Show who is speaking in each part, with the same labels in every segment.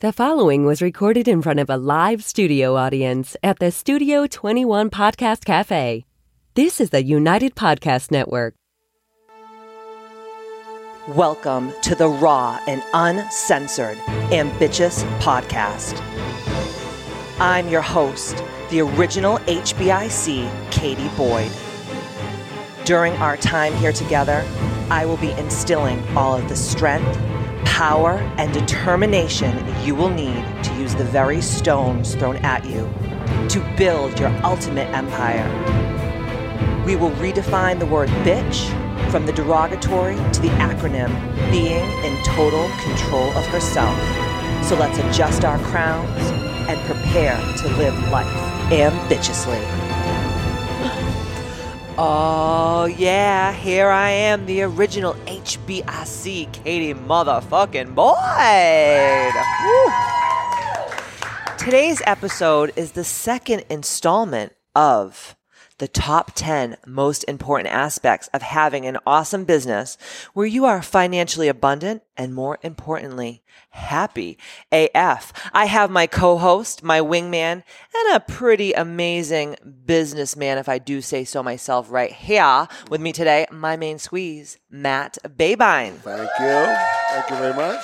Speaker 1: The following was recorded in front of a live studio audience at the Studio 21 Podcast Cafe. This is the United Podcast Network.
Speaker 2: Welcome to the raw and uncensored Ambitious Podcast. I'm your host, the original HBIC, Katie Boyd. During our time here together, I will be instilling all of the strength, power, and determination you will need to use the very stones thrown at you to build your ultimate empire. We will redefine the word bitch from the derogatory to the acronym being in total control of herself. So let's adjust our crowns and prepare to live life ambitiously. Oh, yeah, here I am, the original HBIC Katie motherfucking Boyd. Woo. Today's episode is the second installment of the top 10 most important aspects of having an awesome business where you are financially abundant and more importantly, happy AF. I have my co-host, my wingman, and a pretty amazing businessman, if I do say so myself, right here with me today, my main squeeze, Matt Babine.
Speaker 3: Thank you. Thank you very much.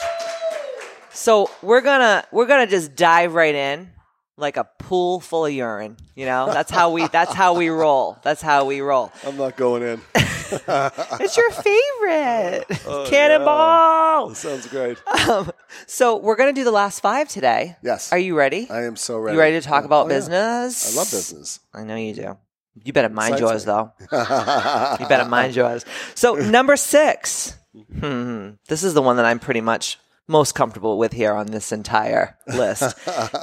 Speaker 2: So we're gonna we're gonna just dive right in like a pool full of urine. You know, that's how we that's how we roll. That's how we roll.
Speaker 3: I'm not going in.
Speaker 2: It's your favorite
Speaker 3: Oh,
Speaker 2: cannonball.
Speaker 3: That sounds great.
Speaker 2: So we're gonna do the last five today.
Speaker 3: Yes.
Speaker 2: Are you ready?
Speaker 3: I am so ready.
Speaker 2: You ready to talk
Speaker 3: Yeah.
Speaker 2: about
Speaker 3: Oh, yeah.
Speaker 2: business?
Speaker 3: I love business.
Speaker 2: I know you do. You better mind yours
Speaker 3: Excites me.
Speaker 2: though. You better mind yours. So number six. Hmm. This is the one that I'm pretty much most comfortable with here on this entire list.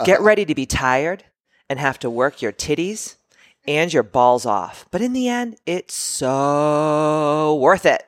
Speaker 2: Get ready to be tired and have to work your titties and your balls off. But in the end, it's so worth it.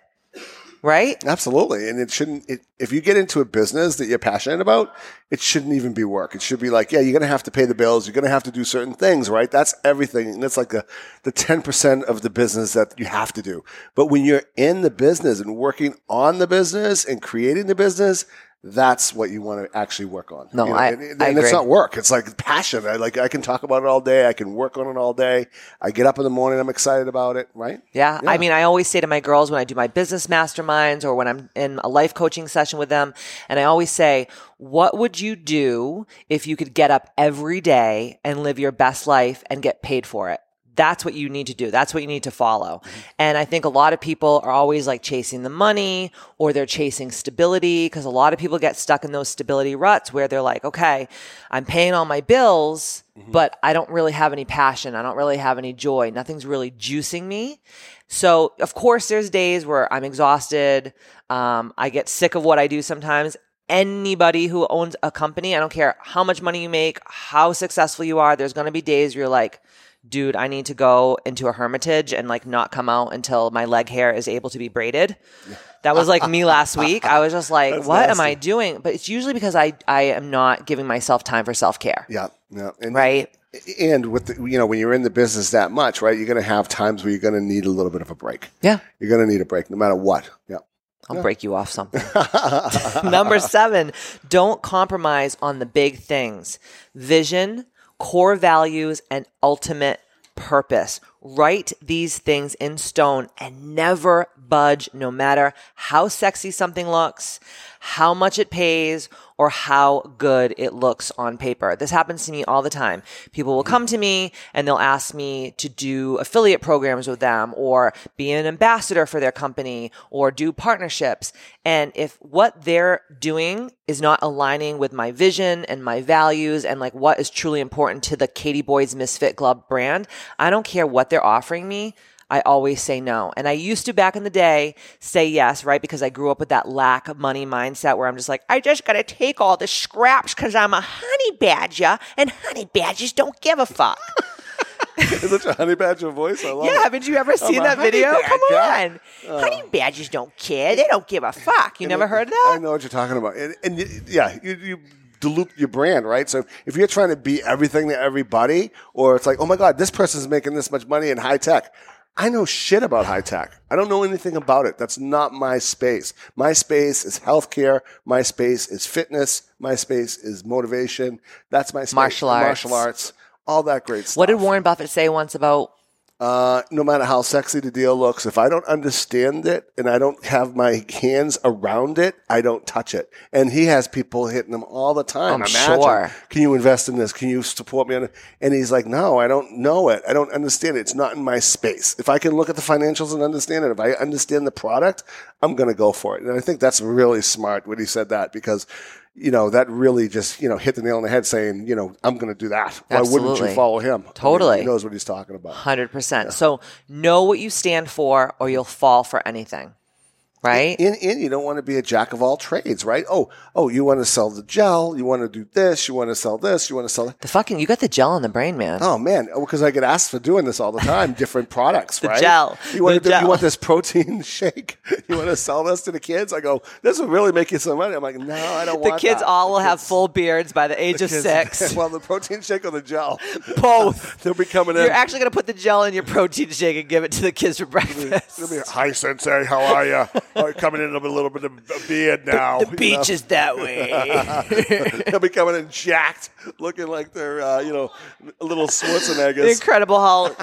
Speaker 2: Right?
Speaker 3: Absolutely. And it shouldn't, it, if you get into a business that you're passionate about, it shouldn't even be work. It should be like, yeah, you're going to have to pay the bills. You're going to have to do certain things, right? That's everything. And that's like the, the 10% of the business that you have to do. But when you're in the business and working on the business and creating the business, that's what you want to actually work on.
Speaker 2: No,
Speaker 3: You
Speaker 2: I-
Speaker 3: and, and
Speaker 2: I agree.
Speaker 3: it's not work. It's like passion. I like, I can talk about it all day. I can work on it all day. I get up in the morning. I'm excited about it, right?
Speaker 2: Yeah. I mean, I always say to my girls when I do my business masterminds or when I'm in a life coaching session with them, and I always say, What would you do if you could get up every day and live your best life and get paid for it? That's what you need to do. That's what you need to follow. And I think a lot of people are always like chasing the money or they're chasing stability because a lot of people get stuck in those stability ruts where they're like, okay, I'm paying all my bills, but I don't really have any passion. I don't really have any joy. Nothing's really juicing me. So, of course, there's days where I'm exhausted. Um, I get sick of what I do sometimes. Anybody who owns a company, I don't care how much money you make, how successful you are, there's going to be days where you're like, dude, I need to go into a hermitage and like not come out until my leg hair is able to be braided. That was like me last week. I was just like, what am I doing? But it's usually because I, I am not giving myself time for self care.
Speaker 3: Yeah. Yeah. And,
Speaker 2: Right.
Speaker 3: and with the, you know when you're in the business that much right you're going to have times where you're going to need a little bit of a break
Speaker 2: Yeah.
Speaker 3: you're going to need a break no matter what yeah
Speaker 2: I'll break you off something. Number seven, don't compromise on the big things vision, core values, and ultimate purpose. Write these things in stone and never budge, no matter how sexy something looks, how much it pays, or how good it looks on paper. This happens to me all the time. People will come to me and they'll ask me to do affiliate programs with them or be an ambassador for their company or do partnerships. And if what they're doing is not aligning with my vision and my values and like what is truly important to the Katie Boyd's Misfit Club brand, I don't care what they're offering me. I always say no. And I used to back in the day say yes, right? Because I grew up with that lack of money mindset where I'm just like, I just got to take all the scraps because I'm a honey badger and honey badgers don't give a fuck.
Speaker 3: it's such a honey badger voice i love
Speaker 2: yeah,
Speaker 3: it
Speaker 2: haven't you ever seen
Speaker 3: a
Speaker 2: that
Speaker 3: honey
Speaker 2: video? Come on.
Speaker 3: badger. Uh,
Speaker 2: honey badgers don't care. They don't give a fuck. You never heard of that?
Speaker 3: i know what you're talking about and, and y- yeah you, you dilute your brand right so if you're trying to be everything to everybody or it's like oh my god this person's making this much money in high tech I know shit about high tech. I don't know anything about it. That's not my space. My space is healthcare. My space is fitness. My space is motivation. That's my space.
Speaker 2: Martial
Speaker 3: Martial arts. All that great stuff.
Speaker 2: What did Warren Buffett say once about
Speaker 3: Uh, no matter how sexy the deal looks, if I don't understand it and I don't have my hands around it, I don't touch it. And he has people hitting him all the time.
Speaker 2: I'm
Speaker 3: Imagine,
Speaker 2: sure.
Speaker 3: Can you invest in this? Can you support me on it? And he's like, No, I don't know it. I don't understand it. It's not in my space. If I can look at the financials and understand it, if I understand the product, I'm going to go for it. And I think that's really smart when he said that because. You know that really just you know hit the nail on the head, saying you know I'm going to do that. Why wouldn't
Speaker 2: Absolutely.
Speaker 3: you follow him? I mean,
Speaker 2: Totally.
Speaker 3: he knows what he's talking about.
Speaker 2: 100%? So know what you stand for or you'll fall for anything, right?
Speaker 3: And, and you don't want to be a jack of all trades, right? Oh, oh, you want to sell the gel, you want to do this, you want to sell this, you want to sell that.
Speaker 2: the fucking, you got the gel in the brain, man.
Speaker 3: Oh man, because I get asked for doing this all the time, different products, right?
Speaker 2: gel,
Speaker 3: You want
Speaker 2: the
Speaker 3: to do,
Speaker 2: gel.
Speaker 3: you want this protein shake? You want to sell this to the kids? I go, this will really make you some money. I'm like, no, I don't
Speaker 2: the
Speaker 3: want
Speaker 2: kids
Speaker 3: that."
Speaker 2: all will
Speaker 3: The
Speaker 2: have
Speaker 3: kids-
Speaker 2: full beards by the age
Speaker 3: the
Speaker 2: of
Speaker 3: kids-
Speaker 2: six.
Speaker 3: well, the protein shake or the gel,
Speaker 2: Both.
Speaker 3: they'll be coming in.
Speaker 2: You're actually going to put the gel in your protein shake and give it to the kids for breakfast.
Speaker 3: They'll be, Hi, sensei, how are you? oh, coming in with a little bit of a beard now.
Speaker 2: the
Speaker 3: you know?
Speaker 2: beach is that way.
Speaker 3: They'll be coming in jacked, looking like they're, uh, you know, little
Speaker 2: the
Speaker 3: Schwarzeneggers.
Speaker 2: Incredible Hulk.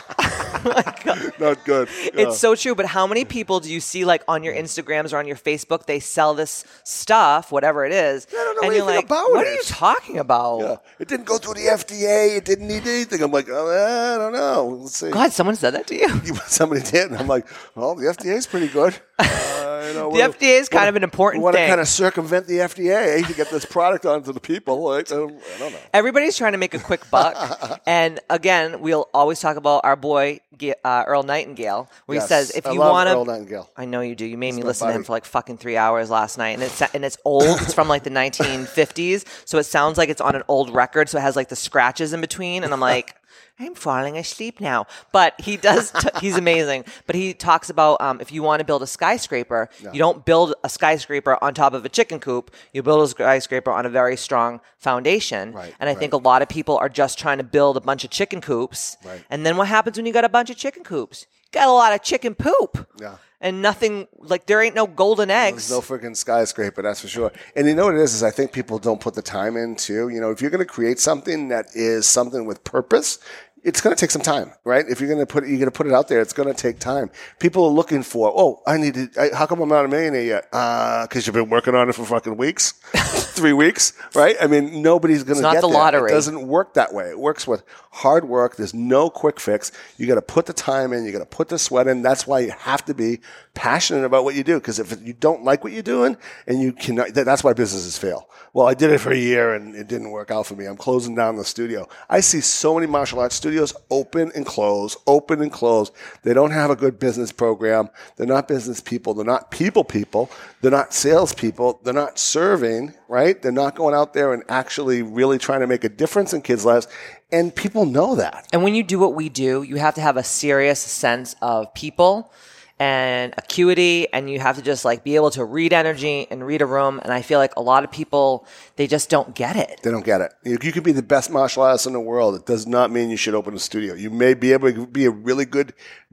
Speaker 3: Not good. Yeah.
Speaker 2: It's so true. But how many people do you see like on your Instagrams or on your Facebook? They sell this stuff, whatever it is,
Speaker 3: don't know
Speaker 2: and you're
Speaker 3: anything
Speaker 2: like,
Speaker 3: about
Speaker 2: "What are
Speaker 3: it."
Speaker 2: you talking about?"
Speaker 3: Yeah. It didn't go through the FDA. It didn't need anything. I'm like, oh, I don't know. Let's see.
Speaker 2: God, someone said that to you.
Speaker 3: Somebody did. And I'm like, well, the FDA's pretty good. Uh, you know,
Speaker 2: The FDA is kind of an important
Speaker 3: want
Speaker 2: thing.
Speaker 3: to kind of circumvent the FDA to get this product onto the people. Like, I, don't, I don't know.
Speaker 2: Everybody's trying to make a quick buck, and again, we'll always talk about our boy Ga- uh, Earl Nightingale, where
Speaker 3: Yes.
Speaker 2: he says, "If
Speaker 3: I
Speaker 2: you
Speaker 3: love
Speaker 2: want
Speaker 3: Earl
Speaker 2: to."
Speaker 3: Nightingale.
Speaker 2: I know you do. You made me
Speaker 3: my
Speaker 2: listen to him
Speaker 3: buddy.
Speaker 2: for like fucking three hours last night, and it's and it's old. it's from like the 1950s, so it sounds like it's on an old record. So it has like the scratches in between, and I'm like, I'm falling asleep now. But he does. T- he's amazing. But he talks about um, if you want to build a skyscraper, you don't build a skyscraper on top of a chicken coop. You build a skyscraper on a very strong foundation.
Speaker 3: Right,
Speaker 2: and I think a lot of people are just trying to build a bunch of chicken coops.
Speaker 3: Right.
Speaker 2: And then what happens when you got a bunch of chicken coops? You got a lot of chicken poop
Speaker 3: Yeah.
Speaker 2: and nothing like there ain't no golden eggs.
Speaker 3: There's no freaking skyscraper, that's for sure. And you know what it is? Is I think people don't put the time in too. You know, if you're going to create something that is something with purpose, it's going to take some time, right? If you're going to put it, you're going to put it out there, it's going to take time. People are looking for, oh, I need to. I, how come I'm not a millionaire yet? Because you've been working on it for fucking weeks, three weeks, right? I mean, nobody's going to
Speaker 2: not
Speaker 3: get
Speaker 2: the
Speaker 3: there. It
Speaker 2: lottery.
Speaker 3: doesn't doesn't work that way. It works with hard work. There's no quick fix. You got to put the time in. You got to put the sweat in. That's why you have to be passionate about what you do. Because if you don't like what you're doing, and you cannot, that, that's why businesses fail. Well, I did it for a year and it didn't work out for me. I'm closing down the studio. I see so many martial arts studios open and close, open and close. They don't have a good business program. They're not business people. They're not people people. They're not salespeople. They're not serving, right? They're not going out there and actually really trying to make a difference in kids' lives. And people know that.
Speaker 2: and when you do what we do, you have to have a serious sense of people and acuity and you have to just like be able to read energy and read a room and I feel like a lot of people they just don't get it.
Speaker 3: They don't get it. You, you could be the best martial artist in the world. It does not mean you should open a studio. You may be able to be a really good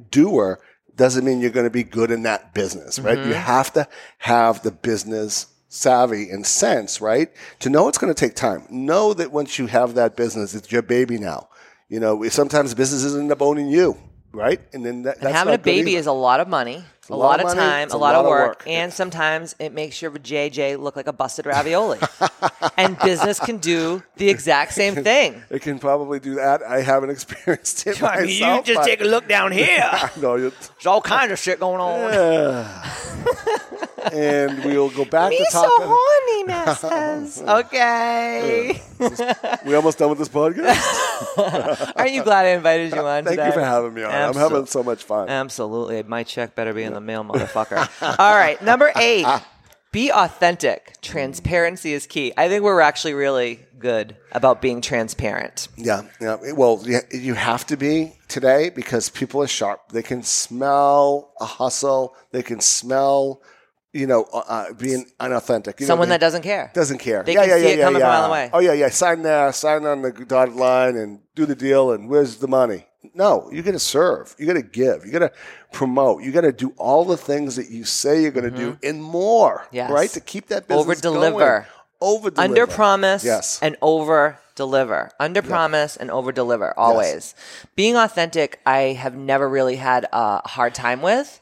Speaker 3: doer. Doesn't mean you're going to be good in that business, right?
Speaker 2: Mm-hmm.
Speaker 3: You have to have the business savvy and sense, right? To know it's going to take time. Know that once you have that business, it's your baby now. You know, we- sometimes businesses end up owning you, right? And then that, that's
Speaker 2: And having
Speaker 3: not
Speaker 2: a
Speaker 3: good
Speaker 2: baby
Speaker 3: either.
Speaker 2: is a lot of money, a, lot, of
Speaker 3: money,
Speaker 2: time,
Speaker 3: it's
Speaker 2: a lot, of work, and sometimes it makes your JJ look like a busted ravioli. and business can do the exact same thing.
Speaker 3: It can probably do that. I haven't experienced it
Speaker 2: I mean, you
Speaker 3: myself.
Speaker 2: just
Speaker 3: but-
Speaker 2: take a look down here.
Speaker 3: No, you
Speaker 2: There's all kinds of shit going on.
Speaker 3: and we'll go back
Speaker 2: Me
Speaker 3: to
Speaker 2: so
Speaker 3: talk.
Speaker 2: horny, Matt says. Okay.
Speaker 3: we almost done with this podcast.
Speaker 2: Aren't you glad I invited you on
Speaker 3: Thank
Speaker 2: today?
Speaker 3: you for having me on. I'm
Speaker 2: Absol-
Speaker 3: having so much fun.
Speaker 2: Absolutely. My check better be in the mail, motherfucker. all right. Number eight.
Speaker 3: Ah.
Speaker 2: Be authentic. Transparency is key. I think we're actually really good about being transparent.
Speaker 3: Yeah, yeah. It- Well, yeah, you have to be today because people are sharp. They can smell a hustle. They can smell you know, uh, being unauthentic. You know
Speaker 2: Someone
Speaker 3: what I
Speaker 2: that doesn't care.
Speaker 3: mean? doesn't care.
Speaker 2: They
Speaker 3: yeah,
Speaker 2: can
Speaker 3: yeah,
Speaker 2: see
Speaker 3: yeah,
Speaker 2: it
Speaker 3: yeah,
Speaker 2: coming
Speaker 3: yeah.
Speaker 2: from a mile away.
Speaker 3: Oh yeah, yeah. Sign there, sign on the dotted line, and do the deal. And where's the money? No, you're gonna serve. You're gonna give. You're gonna promote. You're gonna do all the things that you say you're gonna do and more.
Speaker 2: Mm-hmm. Yes.
Speaker 3: Right to keep that business
Speaker 2: Over-deliver.
Speaker 3: Over deliver.
Speaker 2: Under promise
Speaker 3: Yes.
Speaker 2: and over deliver. Under promise and over deliver always. Being authentic, I have never really had a hard time with,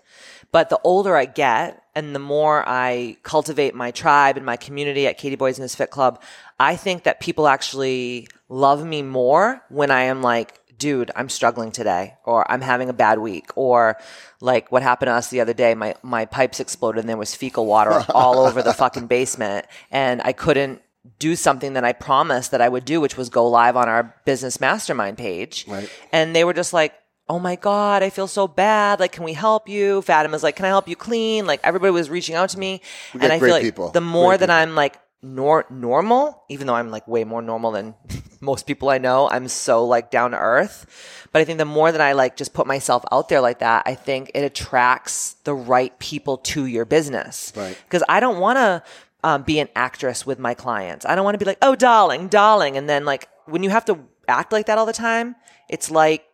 Speaker 2: but the older I get and the more I cultivate my tribe and my community at Katie Boys and His Fit Club, I think that people actually love me more when I am like, dude, I'm struggling today or I'm having a bad week or like what happened to us the other day, my my pipes exploded and there was fecal water all over the fucking basement and I couldn't do something that I promised that I would do, which was go live on our business mastermind page.
Speaker 3: Right.
Speaker 2: And they were just like, Oh my God, I feel so bad. Like, can we help you? Fatima's like, Can I help you clean? Like, everybody was reaching out to me.
Speaker 3: We
Speaker 2: and
Speaker 3: got
Speaker 2: I
Speaker 3: great
Speaker 2: feel like
Speaker 3: people.
Speaker 2: the more
Speaker 3: Great
Speaker 2: that
Speaker 3: people.
Speaker 2: I'm like nor- normal, even though I'm like way more normal than most people I know, I'm so like down to earth. But I think the more that I like just put myself out there like that, I think it attracts the right people to your business.
Speaker 3: Right.
Speaker 2: Because I don't want to um, be an actress with my clients. I don't want to be like, oh, darling, darling. And then like when you have to act like that all the time, it's like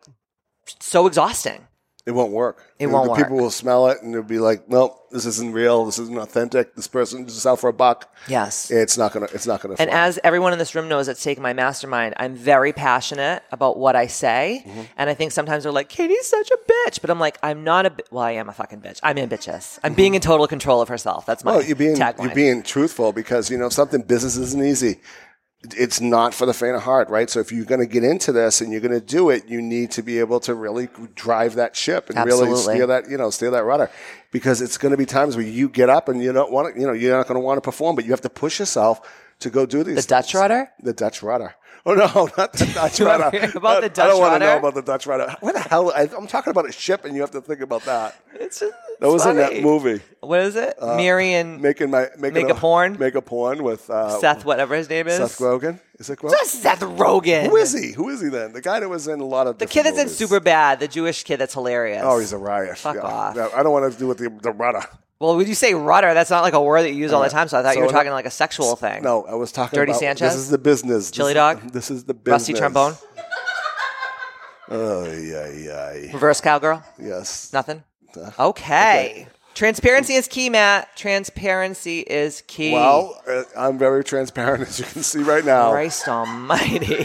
Speaker 2: so exhausting.
Speaker 3: It won't work.
Speaker 2: It won't
Speaker 3: the
Speaker 2: work.
Speaker 3: People will smell it and they'll be like, "Nope, this isn't real. This isn't authentic. This person's just out for a buck."
Speaker 2: Yes.
Speaker 3: It's not gonna. It's not gonna.
Speaker 2: And
Speaker 3: fly.
Speaker 2: as everyone in this room knows that's taking my mastermind, I'm very passionate about what I say.
Speaker 3: Mm-hmm.
Speaker 2: And I think sometimes they're like, Katie's such a bitch. But I'm like, I'm not a bi- Well, I am a fucking bitch. I'm ambitious. I'm being in total control of herself. That's my
Speaker 3: Well, Oh, you're being
Speaker 2: tagline.
Speaker 3: you're being truthful because you know something. Business isn't easy. It's not for the faint of heart, right? So if you're going to get into this and you're going to do it, you need to be able to really drive that ship and really
Speaker 2: Absolutely.
Speaker 3: steer that, you know, steer that rudder, because it's going to be times where you get up and you don't want to, you know, you're not going to want to perform, but you have to push yourself to go do these.
Speaker 2: The Dutch
Speaker 3: things.
Speaker 2: rudder?
Speaker 3: The Dutch rudder. Oh no, not the Dutch
Speaker 2: you wanna
Speaker 3: rudder.
Speaker 2: hear about the
Speaker 3: I
Speaker 2: Dutch
Speaker 3: don't want to know
Speaker 2: rudder?
Speaker 3: about the Dutch rudder. Where the hell? I, I'm talking about a ship, and you have to think about that.
Speaker 2: It's just- it's
Speaker 3: That was in that
Speaker 2: funny.
Speaker 3: movie Uh,
Speaker 2: What is it? Marion
Speaker 3: making my making
Speaker 2: Make a porn?
Speaker 3: make a porn with uh,
Speaker 2: Seth, whatever his name is.
Speaker 3: Seth Rogen. Is it Rogen?
Speaker 2: Seth Rogen.
Speaker 3: Who is he? Who is he then? The guy that was in a lot of
Speaker 2: The kid that's in
Speaker 3: movies.
Speaker 2: Super Bad, the Jewish kid that's hilarious.
Speaker 3: Oh, he's a riot.
Speaker 2: Fuck
Speaker 3: Yeah.
Speaker 2: off.
Speaker 3: No, I don't want to do with the the rudder.
Speaker 2: Well, when you say rudder, that's not like a word that you use all the time. So I thought you
Speaker 3: So
Speaker 2: were
Speaker 3: in-
Speaker 2: talking like a sexual thing.
Speaker 3: No, I was talking
Speaker 2: Dirty
Speaker 3: about
Speaker 2: Sanchez?
Speaker 3: This is the business.
Speaker 2: Chili
Speaker 3: this,
Speaker 2: dog?
Speaker 3: This is the business.
Speaker 2: Rusty trombone,
Speaker 3: Oh yeah, yeah.
Speaker 2: reverse cowgirl.
Speaker 3: Yes.
Speaker 2: Nothing.
Speaker 3: Uh,
Speaker 2: Okay. Transparency is key, Matt. Transparency is key.
Speaker 3: Well, oh. uh, I'm very transparent as you can see right now.
Speaker 2: Christ Almighty.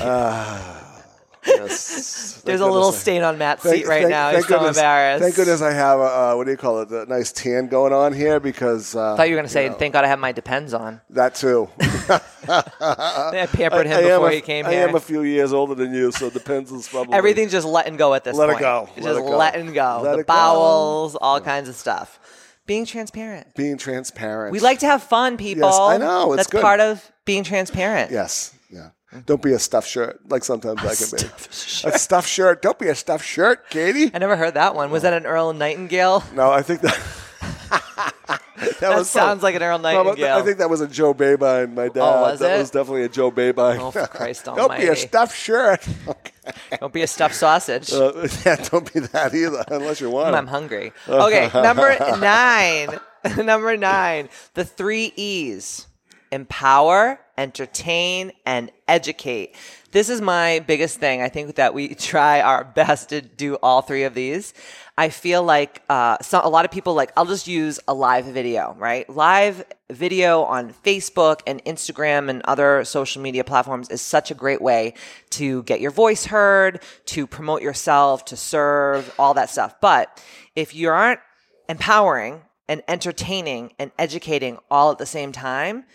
Speaker 3: Yes. Thank
Speaker 2: There's a little
Speaker 3: Uh, goodness I-
Speaker 2: stain on Matt's
Speaker 3: Thank-
Speaker 2: seat right
Speaker 3: thank-
Speaker 2: now.
Speaker 3: thank
Speaker 2: He's so
Speaker 3: goodness-
Speaker 2: embarrassed.
Speaker 3: Thank goodness I have a, uh, what do you call it? A nice tan going on here because uh,
Speaker 2: I thought you were going to say, thank God I have my depends on.
Speaker 3: that too.
Speaker 2: I pampered him
Speaker 3: Uh, I am
Speaker 2: before
Speaker 3: a-
Speaker 2: he came
Speaker 3: I
Speaker 2: here.
Speaker 3: am a few years older than you, so depends on probably
Speaker 2: Everything's just letting go at this
Speaker 3: Let it
Speaker 2: point.
Speaker 3: go.
Speaker 2: It's
Speaker 3: Let
Speaker 2: just
Speaker 3: it go.
Speaker 2: letting go.
Speaker 3: Let
Speaker 2: the
Speaker 3: it go.
Speaker 2: bowels, all kinds of stuff. Being transparent.
Speaker 3: being transparent.
Speaker 2: We like to have fun, people.
Speaker 3: Yes, I know. It's
Speaker 2: That's
Speaker 3: good.
Speaker 2: part of being transparent.
Speaker 3: yes, yeah. Don't be a stuffed shirt like sometimes I can be.
Speaker 2: Mm-hmm. stuffed
Speaker 3: A stuffed shirt. Don't be a stuffed shirt, Katie.
Speaker 2: I never heard that one. Was that an Earl Nightingale?
Speaker 3: No, I think that. that was some-
Speaker 2: sounds like an Earl
Speaker 3: No, but
Speaker 2: Nightingale.
Speaker 3: I think that was a Joe Babine, my dad.
Speaker 2: was
Speaker 3: that
Speaker 2: it?
Speaker 3: was definitely a Joe Babine.
Speaker 2: Oh, for Christ
Speaker 3: don't be a
Speaker 2: almighty.
Speaker 3: stuffed shirt.
Speaker 2: Don't be a stuffed sausage.
Speaker 3: Uh, yeah, don't be that either, unless you want.
Speaker 2: I'm hungry. Okay, number nine. number nine. The three E's empower, entertain, and educate. This is my biggest thing. I think that we try our best to do all three of these. I feel like uh, so, a lot of people like, I'll just use a live video, right? Live video on Facebook and Instagram and other social media platforms is such a great way to get your voice heard, to promote yourself, to serve, all that stuff. But if you aren't empowering and entertaining and educating all at the same time,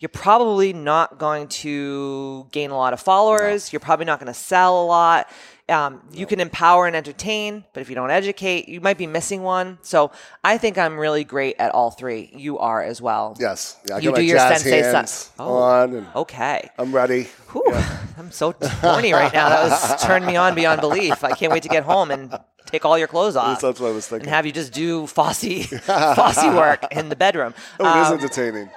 Speaker 2: you're probably not going to gain a lot of followers. You're probably not going to sell a lot. Um, You can empower and entertain, but if you don't educate, you might be missing one. So I think I'm really great at all three. You are as well.
Speaker 3: Yes, yeah, I
Speaker 2: You
Speaker 3: got
Speaker 2: do
Speaker 3: my
Speaker 2: your
Speaker 3: jazz
Speaker 2: sensei
Speaker 3: hands
Speaker 2: stuff. Oh.
Speaker 3: on, and
Speaker 2: Okay.
Speaker 3: I'm ready.
Speaker 2: Whew, I'm so horny right now. That was turned me on beyond belief. I can't wait to get home and take all your clothes off.
Speaker 3: That's what I was thinking.
Speaker 2: And have you just do Fosse, Fosse work in the bedroom.
Speaker 3: Oh, it
Speaker 2: Um,
Speaker 3: is entertaining.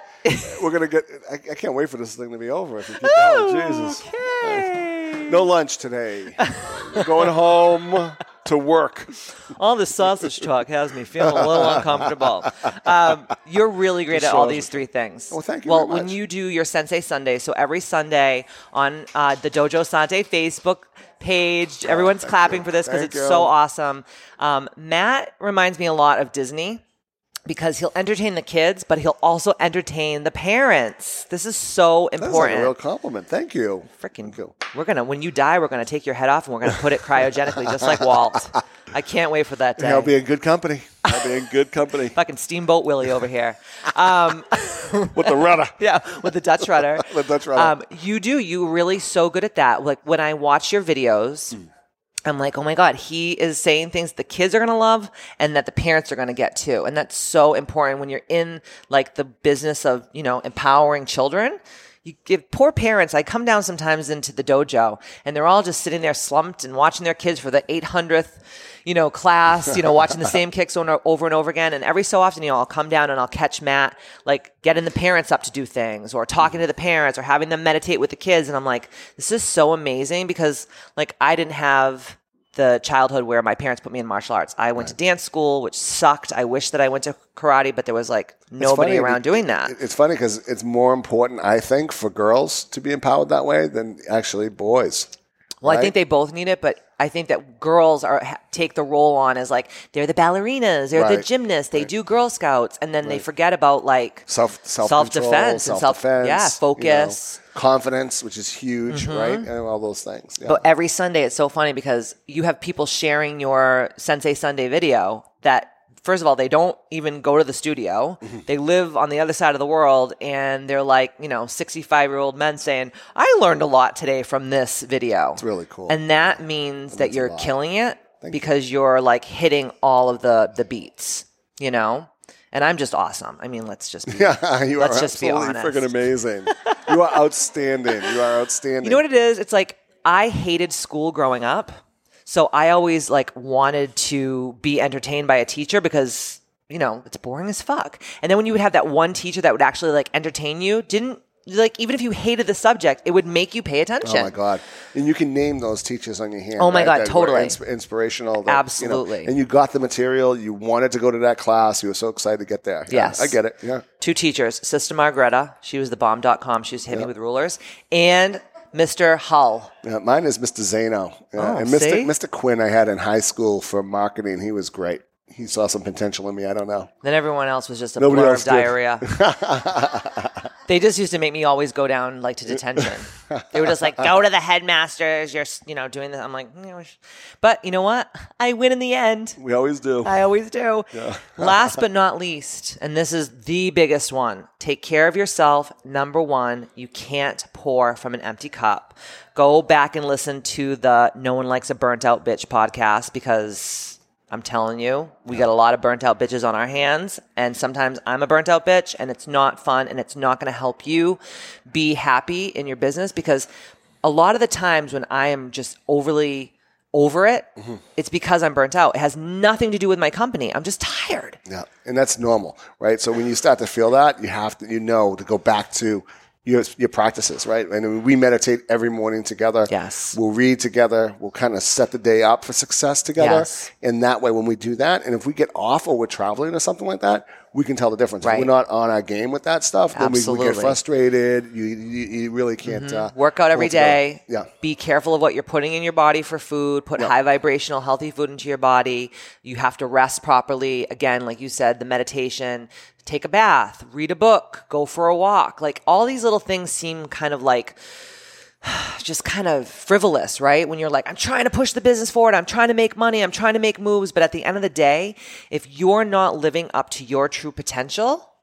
Speaker 3: We're gonna get. I, I can't wait for this thing to be over. If you keep going, Jesus.
Speaker 2: Oh, okay.
Speaker 3: No lunch today. We're going home. to work.
Speaker 2: All this sausage talk has me feeling a little uncomfortable. Um, you're really great at all these three things.
Speaker 3: Well, thank you
Speaker 2: Well,
Speaker 3: very
Speaker 2: when
Speaker 3: much.
Speaker 2: you do your Sensei Sunday, so every Sunday on uh, the Dojo Sante Facebook page, everyone's clapping for this because
Speaker 3: Oh, Thank
Speaker 2: it's
Speaker 3: you.
Speaker 2: so awesome. Um, Matt reminds me a lot of Disney. Because he'll entertain the kids, but he'll also entertain the parents. This is so
Speaker 3: That's like
Speaker 2: important.
Speaker 3: a real compliment. Thank you.
Speaker 2: Freaking,
Speaker 3: Thank you.
Speaker 2: we're gonna when you die, we're gonna take your head off and we're gonna put it cryogenically, just like Walt. I can't wait for that day.
Speaker 3: And I'll be in good company. I'll be in good company
Speaker 2: Fucking Steamboat Willie over here. Um,
Speaker 3: with the rudder.
Speaker 2: yeah, with the Dutch rudder. Um,
Speaker 3: The Dutch rudder.
Speaker 2: you do. You really so good at that. Like when I watch your videos.
Speaker 3: Mm.
Speaker 2: I'm like, oh my God, he is saying things the kids are gonna love and that the parents are gonna get too. And that's so important when you're in like the business of, you know, empowering children. You give poor parents, I come down sometimes into the dojo and they're all just sitting there slumped and watching their kids for the 800th, you know, class, you know, watching the same kicks over over and over again. And every so often, you know, I'll come down and I'll catch Matt like getting the parents up to do things or talking to the parents or having them meditate with the kids. And I'm like, this is so amazing because like I didn't have the childhood where my parents put me in martial arts. I went to dance school, which sucked. I wish that I went to karate, but there was like nobody
Speaker 3: funny,
Speaker 2: around
Speaker 3: it-
Speaker 2: doing that.
Speaker 3: It- It's funny because it's more important, I think, for girls to be empowered that way than actually boys.
Speaker 2: Well, I think they both need it, but I think that girls are ha- take the role on as like they're the ballerinas, they're the
Speaker 3: Right.
Speaker 2: gymnasts, they do Girl Scouts, and then they forget about like
Speaker 3: Self self
Speaker 2: Self-defense and self- yeah, focus. Mm-hmm.
Speaker 3: confidence, which is huge, right? And all those things. Yeah.
Speaker 2: But every Sunday, it's so funny because you have people sharing your Sensei Sunday video that, first of all, they don't even go to the studio.
Speaker 3: Mm-hmm.
Speaker 2: They live on the other side of the world and they're like, you know, 65 year old men saying, I learned a lot today from this video. It's
Speaker 3: really cool.
Speaker 2: And that means that you're
Speaker 3: lot.
Speaker 2: killing it because you're like hitting all of the, the beats, you know? And I'm just awesome. I mean, let's just be.
Speaker 3: yeah, you
Speaker 2: Let's
Speaker 3: are
Speaker 2: just be
Speaker 3: absolutely
Speaker 2: honest.
Speaker 3: freaking amazing. you are outstanding. You are outstanding.
Speaker 2: You know what it is? It's like I hated school growing up. So I always like wanted to be entertained by a teacher because, you know, it's boring as fuck. And then when you would have that one teacher that would actually like entertain you, didn't like even if you hated the subject, it would make you pay attention.
Speaker 3: Oh my god! And you can name those teachers on your hand.
Speaker 2: Oh my
Speaker 3: right,
Speaker 2: God,
Speaker 3: that
Speaker 2: totally.
Speaker 3: were insp- inspirational. that, you know,
Speaker 2: Absolutely.
Speaker 3: and you got the material. You wanted to go to that class. You were so excited to get there. Yeah,
Speaker 2: Yes.
Speaker 3: I get it. Yeah,
Speaker 2: Two teachers, Sister Margreta, she was the bomb.com, she was hitting me with rulers, and Mr. Hull.
Speaker 3: Yeah, mine is Mr. Zano. Yeah.
Speaker 2: Oh,
Speaker 3: and Mr.
Speaker 2: see?
Speaker 3: Mr. Quinn, I had in high school for marketing. He was great. He saw some potential in me. I don't know.
Speaker 2: Then everyone else was just a
Speaker 3: Nobody
Speaker 2: blur
Speaker 3: else
Speaker 2: of
Speaker 3: did.
Speaker 2: diarrhea. they just used to make me always go down like to detention. they were just like, "Go to the headmasters." You're, s- you know, doing this. I'm like, "Mm, I wish-" but you know what? I win in the end.
Speaker 3: We always do.
Speaker 2: I always do. Last but not least, and this is the biggest one take care of yourself. Number one, you can't pour from an empty cup. Go back and listen to the No One Likes a Burnt Out Bitch podcast because I'm telling you, we got a lot of burnt out bitches on our hands. And sometimes I'm a burnt out bitch and it's not fun and it's not going to help you be happy in your business because a lot of the times when I am just overly over it, it's because I'm burnt out. It has nothing to do with my company. I'm just tired.
Speaker 3: Yeah, and that's normal, right? So when you start to feel that, you have to, you know, to go back to your your practices, right? And we meditate every morning together.
Speaker 2: Yes.
Speaker 3: we'll read together. We'll kind of set the day up for success together.
Speaker 2: Yes.
Speaker 3: And that way, when we do that, and if we get off or we're traveling or something like that, we can tell the difference.
Speaker 2: Right.
Speaker 3: If we're not on our game with that stuff, then we, we get
Speaker 2: Absolutely. Mm-hmm.
Speaker 3: frustrated. You you, you really can't uh,
Speaker 2: Work out every
Speaker 3: pull it
Speaker 2: day.
Speaker 3: together. Yeah.
Speaker 2: Be careful of what you're putting in your body for food. Put high vibrational, healthy food into your body. You have to rest properly. Again, like you said, the meditation, take a bath, read a book, go for a walk. Like all these little things seem kind of like just kind of frivolous, right? When you're like, I'm trying to push the business forward, I'm trying to make money, I'm trying to make moves. But at the end of the day, if you're not living up to your true potential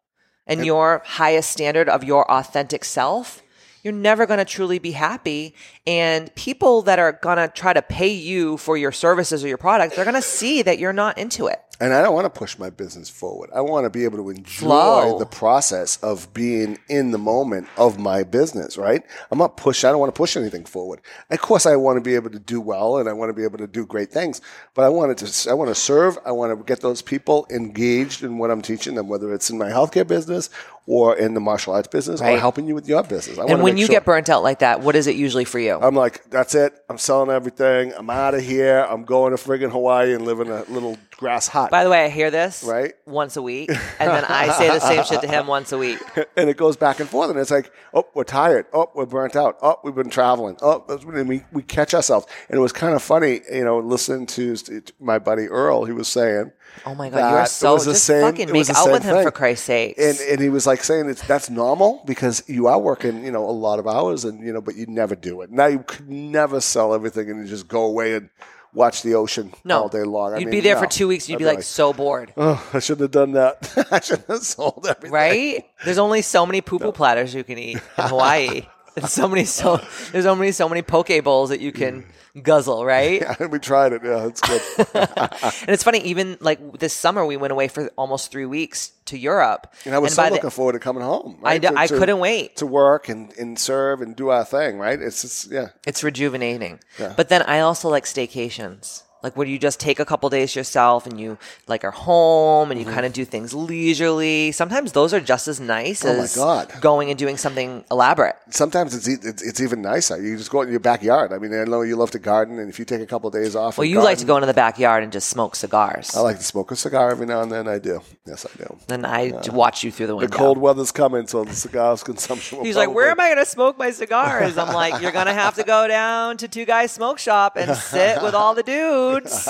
Speaker 2: and your highest standard of your authentic self, you're never going to truly be happy. And people that are going to try to pay you for your services or your products, they're going to see that you're not into it.
Speaker 3: And I don't want to push my business forward. I want to be able to enjoy
Speaker 2: Flow.
Speaker 3: the process of being in the moment of my business, right? I'm not push. I don't want to push anything forward. Of course, I want to be able to do well and I want to be able to do great things, but I wanted to, I want to serve. I want to get those people engaged in what I'm teaching them, whether it's in my healthcare business or in the martial arts business or
Speaker 2: Right.
Speaker 3: helping you with your business. I wanna
Speaker 2: And when
Speaker 3: make
Speaker 2: you
Speaker 3: sure- Oh.
Speaker 2: get burnt out like that, what is it usually for you?
Speaker 3: I'm like, that's it. I'm selling everything. I'm out of here. I'm going to friggin' Hawaii and living a little grass hut.
Speaker 2: By the way, I hear this
Speaker 3: Right.
Speaker 2: once a week, and then I say the same shit to him once a week.
Speaker 3: and it goes back and forth, and it's like, oh, we're tired, oh, we're burnt out, oh, we've been traveling, oh, that's when we we catch ourselves. And it was kind of funny, you know, listening to, to my buddy Earl, he was saying,
Speaker 2: Oh my god, you're
Speaker 3: that
Speaker 2: so just fucking
Speaker 3: it was
Speaker 2: make
Speaker 3: the
Speaker 2: out
Speaker 3: same
Speaker 2: with him
Speaker 3: thing.
Speaker 2: for Christ's sake.
Speaker 3: And and he was like saying it's, that's normal because you are working, you know, a lot of hours, and you know, but you never do it. Now you could never sell everything and you just go away and watch the ocean
Speaker 2: no,
Speaker 3: all day long. I
Speaker 2: You'd
Speaker 3: mean,
Speaker 2: be there for
Speaker 3: no.
Speaker 2: two weeks. And you'd
Speaker 3: I'd
Speaker 2: be like, so bored,
Speaker 3: oh, I shouldn't have done that. I shouldn't have sold everything.
Speaker 2: right? There's only so many poo poo platters you can eat in Hawaii. There's so many so there's only so many poke bowls that you can
Speaker 3: Mm.
Speaker 2: guzzle, right?
Speaker 3: we tried it. Yeah, it's good.
Speaker 2: And it's funny, even like this summer, we went away for almost three weeks to Europe,
Speaker 3: And I was
Speaker 2: by
Speaker 3: so
Speaker 2: the-
Speaker 3: looking forward to coming home.
Speaker 2: I
Speaker 3: right?
Speaker 2: d-
Speaker 3: To-
Speaker 2: I
Speaker 3: to-
Speaker 2: couldn't wait.
Speaker 3: to work and, and serve and do our thing. Right? It's just yeah.
Speaker 2: It's rejuvenating. But then I also like staycations. Like where you just take a couple days yourself and you like are home
Speaker 3: Mm-hmm.
Speaker 2: and you kind of do things leisurely. Sometimes those are just as nice
Speaker 3: Oh my
Speaker 2: as
Speaker 3: God.
Speaker 2: going and doing something elaborate.
Speaker 3: Sometimes it's, e- it's it's even nicer. You just go out in your backyard. I mean, I know you love to garden, and if you take a couple of days off,
Speaker 2: Well,
Speaker 3: and
Speaker 2: you like to
Speaker 3: garden-
Speaker 2: go into the backyard and just smoke cigars.
Speaker 3: I like to smoke a cigar every now and then. I do. Yes, I do.
Speaker 2: and I d- watch you through the
Speaker 3: The
Speaker 2: window.
Speaker 3: cold weather's coming, so the cigars consumption. Will
Speaker 2: He's like, where am
Speaker 3: probably-
Speaker 2: I going to smoke my cigars? I'm like, you're going to have to go down to Two Guys Smoke Shop and sit with all the dudes.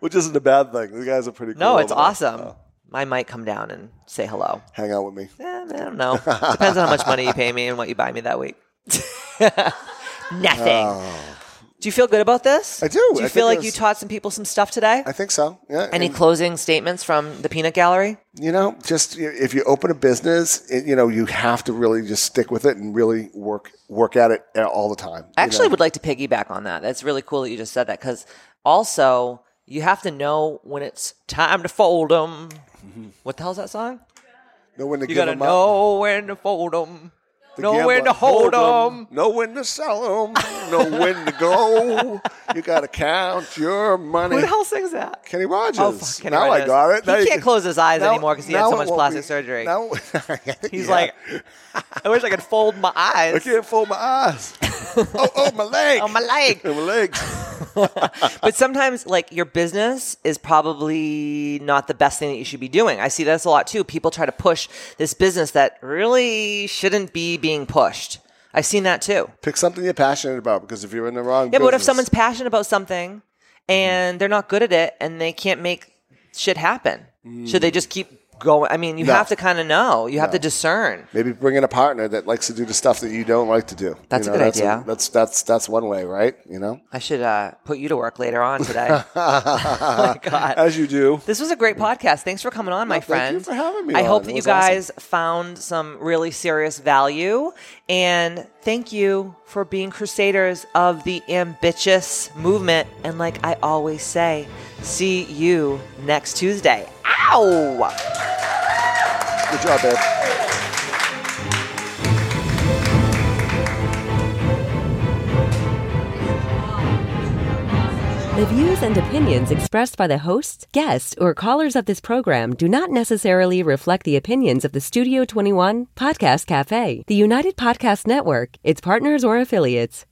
Speaker 3: Which isn't a bad thing. The guys are pretty. cool.
Speaker 2: No, it's
Speaker 3: over there.
Speaker 2: awesome. I might come down and say hello.
Speaker 3: Hang out with me.
Speaker 2: Eh, I don't know. Depends on how much money you pay me and what you buy me that week. Nothing. Do you feel good about this?
Speaker 3: Oh. I do.
Speaker 2: Do you
Speaker 3: I think
Speaker 2: feel
Speaker 3: it
Speaker 2: like
Speaker 3: was-
Speaker 2: you taught some people some stuff today?
Speaker 3: I think so. Yeah.
Speaker 2: Any closing statements from the peanut gallery?
Speaker 3: you know, just you- if you open a business, it, you know, you have to really just stick with it and really work work at it uh, all the time.
Speaker 2: I
Speaker 3: you
Speaker 2: actually
Speaker 3: know?
Speaker 2: would like to piggyback on that. That's really cool that you just said that because also you have to know when it's time to fold 'em. What the hell's that song?
Speaker 3: know when to
Speaker 2: You
Speaker 3: give
Speaker 2: gotta
Speaker 3: 'em up.
Speaker 2: know when to fold 'em, know when
Speaker 3: Gamble-
Speaker 2: to hold 'em.
Speaker 3: know when to sell 'em, know when to go. You got to count your money.
Speaker 2: Who the hell sings that?
Speaker 3: Kenny Rogers.
Speaker 2: Oh, fuck, Kenny
Speaker 3: now I
Speaker 2: Rogers.
Speaker 3: got it.
Speaker 2: He
Speaker 3: Now you
Speaker 2: can't close his eyes
Speaker 3: now-
Speaker 2: anymore 'cause he had
Speaker 3: now
Speaker 2: so
Speaker 3: it
Speaker 2: much
Speaker 3: won't
Speaker 2: plastic
Speaker 3: be-
Speaker 2: surgery.
Speaker 3: Now,
Speaker 2: He's
Speaker 3: Yeah.
Speaker 2: like, I wish I could fold my eyes.
Speaker 3: I can't fold my eyes. oh, oh, my leg.
Speaker 2: Oh, my leg.
Speaker 3: my legs.
Speaker 2: but sometimes like your business is probably not the best thing that you should be doing. I see this a lot too. People try to push this business that really shouldn't be being pushed. I've seen that too.
Speaker 3: Pick something you're passionate about because if you're in the wrong
Speaker 2: Yeah, but what if
Speaker 3: business-
Speaker 2: someone's passionate about something and they're not good at it and they can't make shit happen? Should they just keep going? I mean, you
Speaker 3: Mm. No.
Speaker 2: have to kind of know. You have to discern.
Speaker 3: Maybe bring in a partner that likes to do the stuff that you don't like to do. You
Speaker 2: That's a good
Speaker 3: that's
Speaker 2: idea.
Speaker 3: that's that's that's one way, right? You know,
Speaker 2: I should uh, put you to work later on today. oh my god.
Speaker 3: as you do.
Speaker 2: This was a great podcast. Thanks for coming on, my
Speaker 3: thank
Speaker 2: friend.
Speaker 3: you for having me
Speaker 2: I
Speaker 3: on.
Speaker 2: hope
Speaker 3: It
Speaker 2: that you
Speaker 3: was awesome.
Speaker 2: guys found some really serious value. And thank you for being crusaders of the ambitious movement. And like I always say, see you next Tuesday. Ow!
Speaker 3: Good job, babe.
Speaker 1: The views and opinions expressed by the hosts, guests, or callers of this program do not necessarily reflect the opinions of the Studio 21 Podcast Cafe, the United Podcast Network, its partners, or affiliates.